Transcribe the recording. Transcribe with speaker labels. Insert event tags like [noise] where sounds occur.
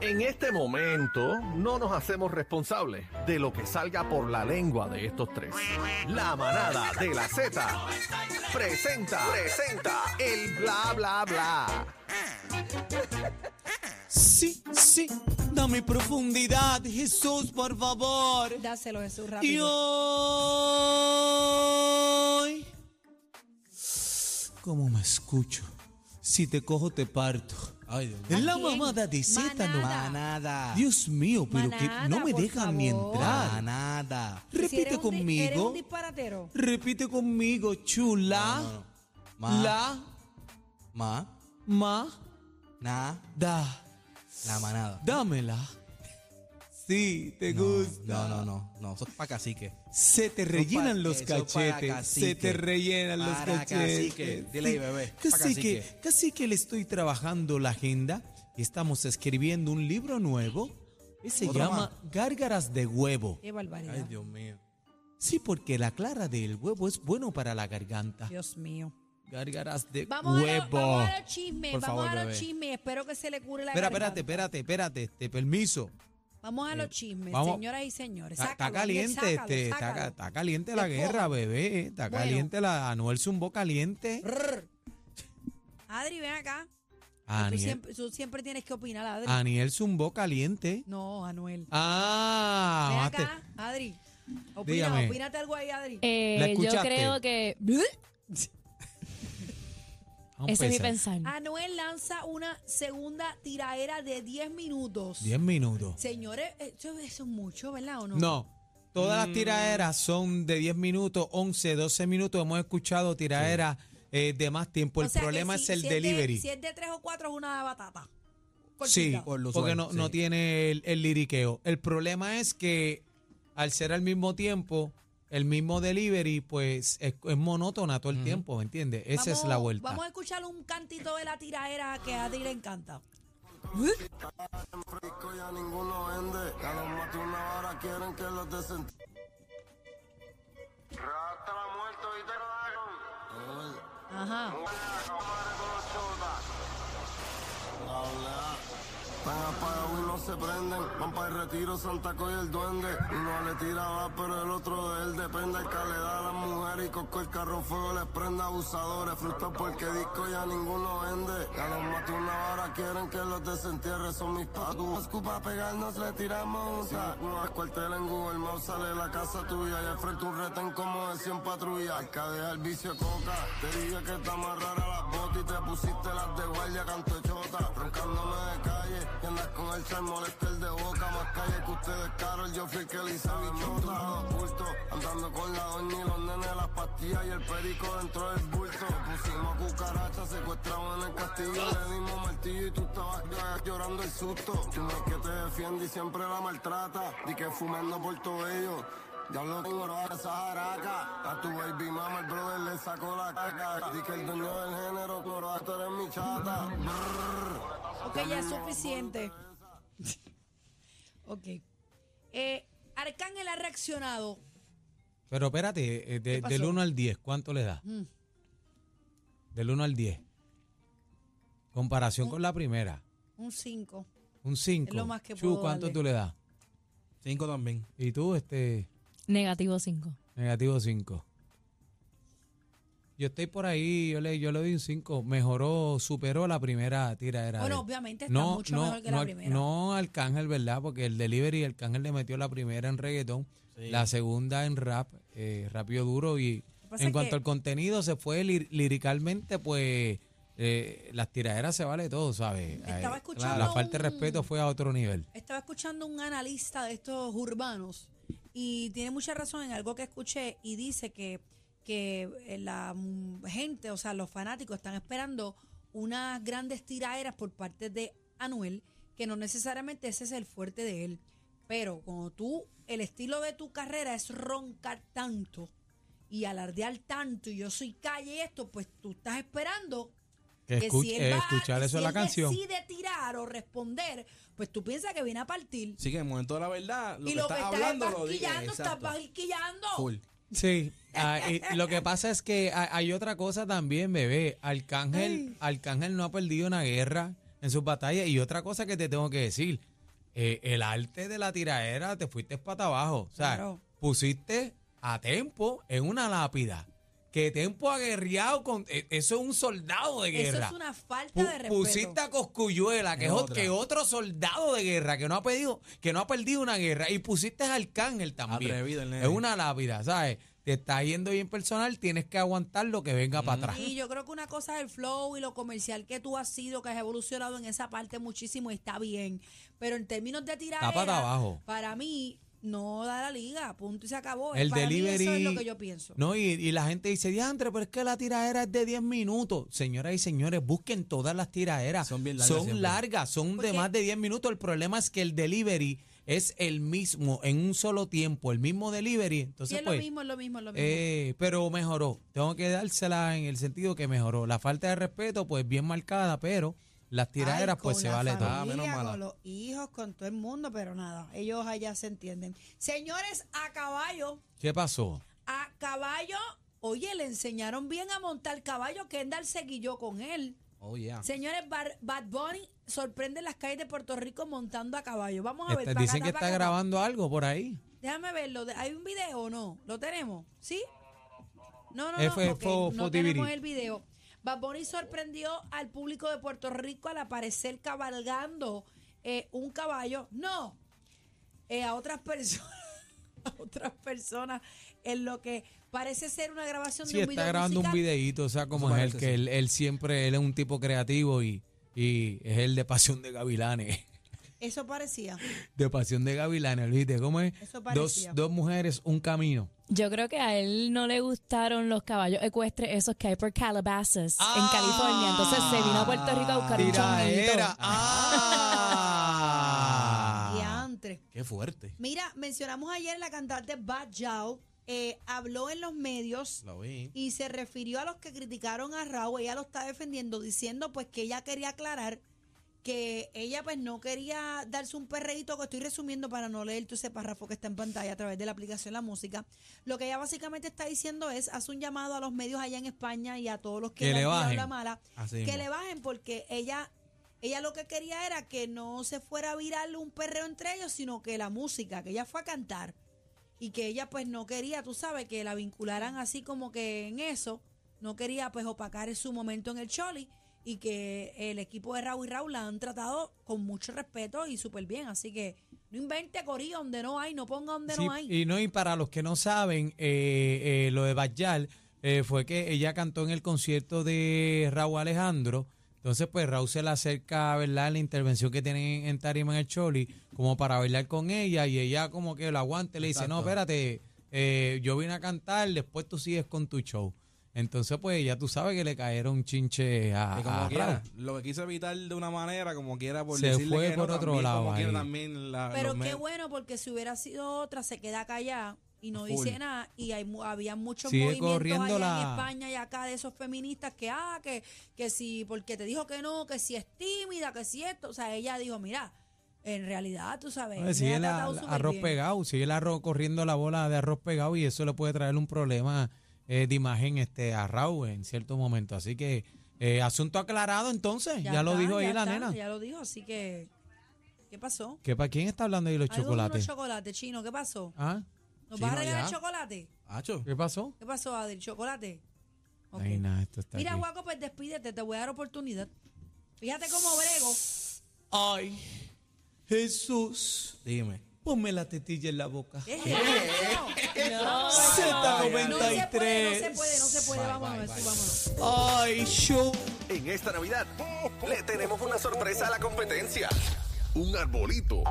Speaker 1: En este momento no nos hacemos responsables de lo que salga por la lengua de estos tres. La manada de la Z presenta, presenta el bla bla bla.
Speaker 2: Sí, sí, dame profundidad, Jesús, por favor.
Speaker 3: Dáselo, Jesús,
Speaker 2: Y
Speaker 3: rápido.
Speaker 2: hoy, ¿cómo me escucho? Si te cojo, te parto. Ay, Dios mío.
Speaker 3: ¿A
Speaker 2: La
Speaker 3: quién?
Speaker 2: mamada de Zeta no.
Speaker 3: Manada.
Speaker 4: Manada.
Speaker 2: Dios mío, pero que no
Speaker 3: Manada,
Speaker 2: me
Speaker 3: por
Speaker 2: dejan ni
Speaker 3: favor.
Speaker 2: entrar.
Speaker 4: Manada.
Speaker 3: Si eres
Speaker 2: Repite
Speaker 3: un di- Eres
Speaker 2: conmigo.
Speaker 3: un disparatero.
Speaker 2: Repite conmigo, chula.
Speaker 4: Ma.
Speaker 2: La
Speaker 4: Ma.
Speaker 2: ma
Speaker 4: Na.
Speaker 2: da.
Speaker 4: La manada.
Speaker 2: Dámela. Sí, te gusta.
Speaker 4: No, no, no. No, eso es para cacique.
Speaker 2: Se te rellenan los
Speaker 4: Eso para
Speaker 2: cachetes. Se
Speaker 4: cacique.
Speaker 2: te rellenan los
Speaker 4: Para
Speaker 2: cachetes.
Speaker 4: cacique. Dile ahí, bebé. Pa'
Speaker 2: Casi que,
Speaker 4: cacique.
Speaker 2: casi que le estoy trabajando la agenda. Estamos escribiendo un libro nuevo. que Se
Speaker 4: Otro
Speaker 2: llama Gárgaras de Huevo.
Speaker 3: Qué barbaridad.
Speaker 4: Ay,
Speaker 3: Dios.
Speaker 4: Dios mío.
Speaker 2: Sí, porque la clara del huevo es bueno para la garganta.
Speaker 3: mío.
Speaker 2: Gárgaras de
Speaker 3: Vamos a, lo-
Speaker 2: huevo.
Speaker 3: vamos a los chismes,
Speaker 4: Por
Speaker 3: vamos
Speaker 4: favor,
Speaker 3: a los
Speaker 4: bebé.
Speaker 3: chismes. Espero que se le cure la
Speaker 2: Espera,
Speaker 3: garganta.
Speaker 2: espérate, espérate, espérate. Te permiso.
Speaker 3: Vamos a los chismes,
Speaker 2: vamos.
Speaker 3: señoras y señores.
Speaker 2: Está, está
Speaker 3: Pues Sácalo, Aniel,
Speaker 2: caliente,
Speaker 3: sácalo,
Speaker 2: este, está,
Speaker 3: sácalo.
Speaker 2: está caliente la
Speaker 3: Te
Speaker 2: guerra,
Speaker 3: cojo.
Speaker 2: bebé. Está
Speaker 3: Bueno.
Speaker 2: caliente la Anuel Zumbo caliente.
Speaker 3: Adri, ven acá. Tú
Speaker 2: Aniel,
Speaker 3: siempre, tú siempre tienes que opinar, Adri.
Speaker 2: Aniel Zumbo caliente.
Speaker 3: No, Anuel.
Speaker 2: Ah,
Speaker 3: ven
Speaker 2: mate.
Speaker 3: acá, Adri. Opina,
Speaker 2: Dígame.
Speaker 3: opínate algo ahí, Adri.
Speaker 2: ¿La
Speaker 5: Eh, yo
Speaker 2: escuchaste?
Speaker 5: creo que ¿Eh?
Speaker 2: Vamos a
Speaker 5: ese es mi
Speaker 2: empezar.
Speaker 5: pensar.
Speaker 3: Anuel lanza una segunda tiraera de 10 minutos.
Speaker 2: 10 minutos.
Speaker 3: Señores, eso, eso es mucho, ¿verdad o no?
Speaker 2: No, todas las tiraderas son de 10 minutos, 11, 12 minutos. Hemos escuchado tiraderas eh, de más tiempo. El
Speaker 3: O sea que
Speaker 2: problema
Speaker 3: si-
Speaker 2: es el
Speaker 3: si de-
Speaker 2: delivery.
Speaker 3: si es de tres o cuatro, es una batata.
Speaker 2: Sí,
Speaker 3: Cortita.
Speaker 4: Por lo
Speaker 2: porque
Speaker 4: usual,
Speaker 2: no,
Speaker 4: sí.
Speaker 2: no tiene el, el liriqueo. El problema es que al ser al mismo tiempo, el mismo delivery, pues es, es monótona todo el tiempo, ¿me entiendes? Esa es la
Speaker 3: Vamos-
Speaker 2: vuelta.
Speaker 3: Vamos a escuchar un cantito de la tiraera que a Adri le encanta.
Speaker 6: fresco y a ninguno vende. Que a los mate una vara quieren que los desen. Rata la muerto y te rodaron.
Speaker 3: Ajá.
Speaker 6: Están apagados y no se prenden. Van para el retiro, Santa Coy el duende. Uno le tiraba, pero el otro de él depende. El que le da a las mujeres y coco el carro fuego les prende. Abusadores, frutas porque disco ya ninguno vende. Que a los mate una vara quieren que los desentierre. Son mis patus. Escupa pegarnos, le tiramos. O sea, uno cuartel en Google Maps sale la casa tuya. Y al frente un retén como de 100 patrullas. Hay que dejar el vicio coca. Te dije que está más rara las botas y te pusiste las de guardia, canto de chota. Roncándome de calle, y andas con el chal molesta el de boca. Más calle que ustedes, Carol, yo fui el que le hice bichota. Los bultos, andando con la doña y los nenes, las pastillas y el perico dentro del bulto. Pusimos cucarachas, secuestramos en el castillo, le dimos martillo y tú estabas llor- llorando el susto. Tú no es que te defiende y siempre la maltrata. Di que fumando por todo ello. Ya lo tengo a esa jaraca. A tu baby mama, el brother le sacó la caca. Di que el dueño del género, coro, tú eres mi chata. Brrr.
Speaker 3: Ok, ya es suficiente. [laughs] ok. Eh, Arcángel ha reaccionado.
Speaker 2: Pero espérate, eh, de-
Speaker 3: pasó?
Speaker 2: del 1 al 10, ¿cuánto le da?
Speaker 3: Mm.
Speaker 2: Del 1 al 10. Comparación con la primera,
Speaker 3: Un 5.
Speaker 2: un 5.
Speaker 3: lo más que
Speaker 2: Chu,
Speaker 3: puedo
Speaker 2: ¿cuánto
Speaker 3: darle.
Speaker 2: tú le das?
Speaker 4: Cinco también.
Speaker 2: Y tú, este,
Speaker 5: Negativo 5.
Speaker 2: negativo 5. Yo estoy por ahí, yo le, yo le doy un 5. Mejoró, superó la primera tiradera.
Speaker 3: Bueno,
Speaker 2: de-
Speaker 3: obviamente está mucho mejor que la
Speaker 2: al-
Speaker 3: primera.
Speaker 2: No Arcángel, ¿verdad? Porque el delivery, Arcángel le metió la primera en reggaetón, la segunda en rap, eh, rápido duro. Y
Speaker 3: que pasa
Speaker 2: en
Speaker 3: es
Speaker 2: cuanto
Speaker 3: que-
Speaker 2: al contenido, se fue lí- liricalmente, pues eh, las tiraderas se vale todo, ¿sabes?
Speaker 3: Estaba
Speaker 2: Eh,
Speaker 3: escuchando
Speaker 2: La falta de
Speaker 3: un-
Speaker 2: respeto fue a otro nivel.
Speaker 3: Estaba escuchando un analista de estos urbanos y tiene mucha razón en algo que escuché y dice que, que eh, la mm, gente, o sea, los fanáticos están esperando unas grandes tiraderas por parte de Anuel, que no necesariamente ese es el fuerte de él, pero cuando tú, el estilo de tu carrera es roncar tanto y alardear tanto y yo soy calle y esto, pues tú estás esperando
Speaker 2: Que
Speaker 3: que
Speaker 2: escuch-
Speaker 3: si él
Speaker 2: eh,
Speaker 3: va-
Speaker 2: escuchar
Speaker 3: que
Speaker 2: eso
Speaker 3: si
Speaker 2: en la
Speaker 3: él
Speaker 2: canción.
Speaker 3: decide tirar o responder, pues tú piensas que viene a partir.
Speaker 4: Sí, que en el momento de la verdad, lo
Speaker 3: y
Speaker 4: que estás hablando
Speaker 3: es
Speaker 4: lo dije.
Speaker 3: basquillando, estás
Speaker 4: exacto.
Speaker 3: basquillando.
Speaker 4: Full.
Speaker 3: [laughs]
Speaker 2: Sí, ah, y lo que pasa es que hay, hay otra cosa también, bebé. Arcángel, Arcángel no ha perdido una guerra. en sus batallas. Y otra cosa que te tengo que decir, eh, el arte de la tiraera te fuiste para abajo. O sea,
Speaker 3: Claro.
Speaker 2: pusiste a Tempo en una lápida. Que Tempo aguerreado con... eh, Eso es un soldado de
Speaker 3: Eso
Speaker 2: guerra.
Speaker 3: es una falta
Speaker 2: Pu-
Speaker 3: de respeto.
Speaker 2: Pusiste a Coscuyuela, que
Speaker 4: Es
Speaker 2: es ot-
Speaker 4: otra.
Speaker 2: que otro soldado de guerra que no ha perdido, que no ha perdido una guerra, y pusiste a Arcángel también.
Speaker 4: Atrevido el nene.
Speaker 2: es una lápida, ¿sabes? Te está yendo bien personal, tienes que aguantar lo que venga para atrás.
Speaker 3: Mm. Y yo creo que una cosa es el flow y lo comercial que tú has sido, que has evolucionado en esa parte muchísimo y está bien. Pero en términos de tirar.
Speaker 2: para abajo.
Speaker 3: Para mí, no da la liga. Punto y se acabó.
Speaker 2: El
Speaker 3: para mí
Speaker 2: delivery.
Speaker 3: eso es lo que yo pienso.
Speaker 2: No, y, y la gente dice, diantre, pero es que la tiradera es de 10 minutos. Señoras y señores, busquen todas las tiraderas.
Speaker 4: Son bien largas
Speaker 2: Son
Speaker 4: siempre.
Speaker 2: largas, son de
Speaker 3: Porque-
Speaker 2: más de 10 minutos. El problema es que el delivery es el mismo, en un solo tiempo, el mismo delivery.
Speaker 3: Sí,
Speaker 2: Entonces,
Speaker 3: es
Speaker 2: pues,
Speaker 3: lo mismo, es lo mismo, es lo mismo.
Speaker 2: Eh, pero mejoró. Tengo que dársela en el sentido que mejoró. La falta de respeto, pues bien marcada, pero las tiraderas,
Speaker 3: Ay,
Speaker 2: pues
Speaker 3: con
Speaker 2: se
Speaker 3: la
Speaker 2: vale todo.
Speaker 4: Ah, menos
Speaker 3: familia,
Speaker 4: mala.
Speaker 3: Con los hijos, con todo el mundo, pero nada, ellos allá se entienden. Señores, a caballo,
Speaker 2: ¿Qué pasó?
Speaker 3: a caballo, oye, le enseñaron bien a montar caballo, Kendall seguilló con él.
Speaker 4: Oh,
Speaker 2: Ah.
Speaker 4: yeah.
Speaker 3: Señores, Bar- Bad Bunny sorprende en las calles de Puerto Rico montando a caballo. Vamos a
Speaker 2: Está-
Speaker 3: ver.
Speaker 2: Este, dicen
Speaker 3: pacata,
Speaker 2: que está
Speaker 3: pacata.
Speaker 2: grabando algo por ahí.
Speaker 3: Déjame verlo. de- ¿Hay un video o no? ¿Lo tenemos? ¿Sí? No, no,
Speaker 2: Eh,
Speaker 3: no.
Speaker 2: fue-
Speaker 3: ok,
Speaker 2: fue-
Speaker 3: no
Speaker 2: fue
Speaker 3: tenemos
Speaker 2: Tibiri.
Speaker 3: el video. Bad Bunny sorprendió al público de Puerto Rico al aparecer cabalgando eh, un caballo. No, eh, a otras personas. [laughs] a otras personas en lo que parece ser una grabación
Speaker 2: Sí,
Speaker 3: de un
Speaker 2: está
Speaker 3: video
Speaker 2: grabando un
Speaker 3: musical.
Speaker 2: videíto, o sea, como
Speaker 4: Eso
Speaker 2: es él, que
Speaker 4: parece, sí.
Speaker 2: él, él siempre él es un tipo creativo y, y es el de Pasión de Gavilanes. [laughs]
Speaker 3: Eso parecía.
Speaker 2: De Pasión de Gavilanes, ¿viste? ¿Cómo es?
Speaker 3: Eso
Speaker 2: Dos,
Speaker 3: parecía.
Speaker 2: dos mujeres, un camino.
Speaker 5: Yo creo que a él no le gustaron los caballos ecuestres esos que hay por Calabasas en California. Entonces se vino a Puerto Rico a
Speaker 4: Ah,
Speaker 5: buscar un
Speaker 2: Ah. Tiraera.
Speaker 5: chonguito.
Speaker 2: ¡Ah!
Speaker 3: Y antes.
Speaker 4: Qué fuerte.
Speaker 3: Mira, mencionamos ayer la cantante Bad Yao. eh, habló en los medios
Speaker 4: Lo vi.
Speaker 3: y se refirió a los que criticaron a Raúl, ella lo está defendiendo diciendo pues que ella quería aclarar que ella pues no quería darse un perreíto que estoy resumiendo para no leer todo ese párrafo que está en pantalla a través de la aplicación La Música. Lo que ella básicamente está diciendo es, hace un llamado a los medios allá en España y a todos los que,
Speaker 2: Que
Speaker 3: la
Speaker 2: le
Speaker 3: han tirado
Speaker 2: bajen.
Speaker 3: la mala,
Speaker 4: Así
Speaker 3: que
Speaker 4: mismo.
Speaker 3: le bajen porque ella ella lo que quería era que no se fuera a virar un perreo entre ellos, sino que la música, que ella fue a cantar y que ella pues no quería, tú sabes, que la vincularan así como que en eso, no quería pues opacar su momento en el Choli y que el equipo de Raúl y Raúl la han tratado con mucho respeto y súper bien, así que no invente corillo donde no hay, no ponga donde
Speaker 2: Sí,
Speaker 3: no hay.
Speaker 2: Y no, y para los que no saben, eh, eh, lo de Bajal eh, fue que ella cantó en el concierto de Raúl Alejandro. Entonces, pues Raúl se le acerca, ¿verdad? La intervención que tienen en, en Tarima en el Choli, como para bailar con ella, y ella como que lo aguante, le dice, no,
Speaker 4: Exacto.
Speaker 2: espérate, eh, yo vine a cantar, después tú sigues con tu show. Entonces, pues ya tú sabes que le cayeron chinche a,
Speaker 4: Que Ah. como
Speaker 2: a
Speaker 4: quiera,
Speaker 2: Raúl.
Speaker 4: lo que quiso evitar de una manera, como quiera, por
Speaker 2: Se
Speaker 4: decirle
Speaker 2: fue
Speaker 4: que no,
Speaker 2: por otro
Speaker 4: también,
Speaker 2: lado
Speaker 4: Como quiera,
Speaker 2: ahí.
Speaker 4: también la,
Speaker 3: Pero
Speaker 4: los
Speaker 3: qué
Speaker 4: medios-
Speaker 3: bueno, porque si hubiera sido otra, se queda callada y no
Speaker 4: Full.
Speaker 3: dice nada. Y hay, mu- había muchos
Speaker 2: Sigue
Speaker 3: movimientos
Speaker 2: corriendo
Speaker 3: allá en
Speaker 2: la-
Speaker 3: España y acá de esos feministas que, ah, que, que si, porque te dijo que no, que si es tímida, que si esto. O sea, ella dijo, mira, en realidad, tú sabes. me
Speaker 2: No, sigue
Speaker 3: Pues, ha
Speaker 2: el
Speaker 3: tratado súper
Speaker 2: arroz
Speaker 3: bien".
Speaker 2: pegado, sigue el arroz corriendo la bola de arroz pegado y eso le puede traer un problema eh, de imagen este, a Raúl en cierto momento. Así que eh, asunto aclarado entonces, ya, lo
Speaker 3: está,
Speaker 2: dijo ahí
Speaker 3: ya
Speaker 2: la
Speaker 3: está,
Speaker 2: nena.
Speaker 3: Ya lo dijo, así que, ¿qué pasó?
Speaker 2: ¿Que para quién está hablando ahí los
Speaker 3: Algo de
Speaker 2: chocolates?
Speaker 3: unos chocolates, chino, ¿qué pasó?
Speaker 2: ¿Ah?
Speaker 3: ¿Nos
Speaker 4: Chino,
Speaker 3: vas a regalar
Speaker 4: ya.
Speaker 3: chocolate?
Speaker 4: Acho.
Speaker 2: ¿Qué pasó?
Speaker 3: ¿Qué pasó, Adri? ¿Chocolate? Ok.
Speaker 2: Ay, nada, esto está
Speaker 3: Mira,
Speaker 2: aquí.
Speaker 3: Guaco, pues despídete, te voy a dar oportunidad. Fíjate cómo brego.
Speaker 2: Ay, Jesús,
Speaker 4: Dime.
Speaker 2: ponme la tetilla en la boca.
Speaker 3: ¿Qué es eso? No se puede, no se puede, no se puede. Vámonos, Jesús, vámonos.
Speaker 2: Ay, show.
Speaker 1: En esta Navidad le tenemos una sorpresa a la competencia. Un arbolito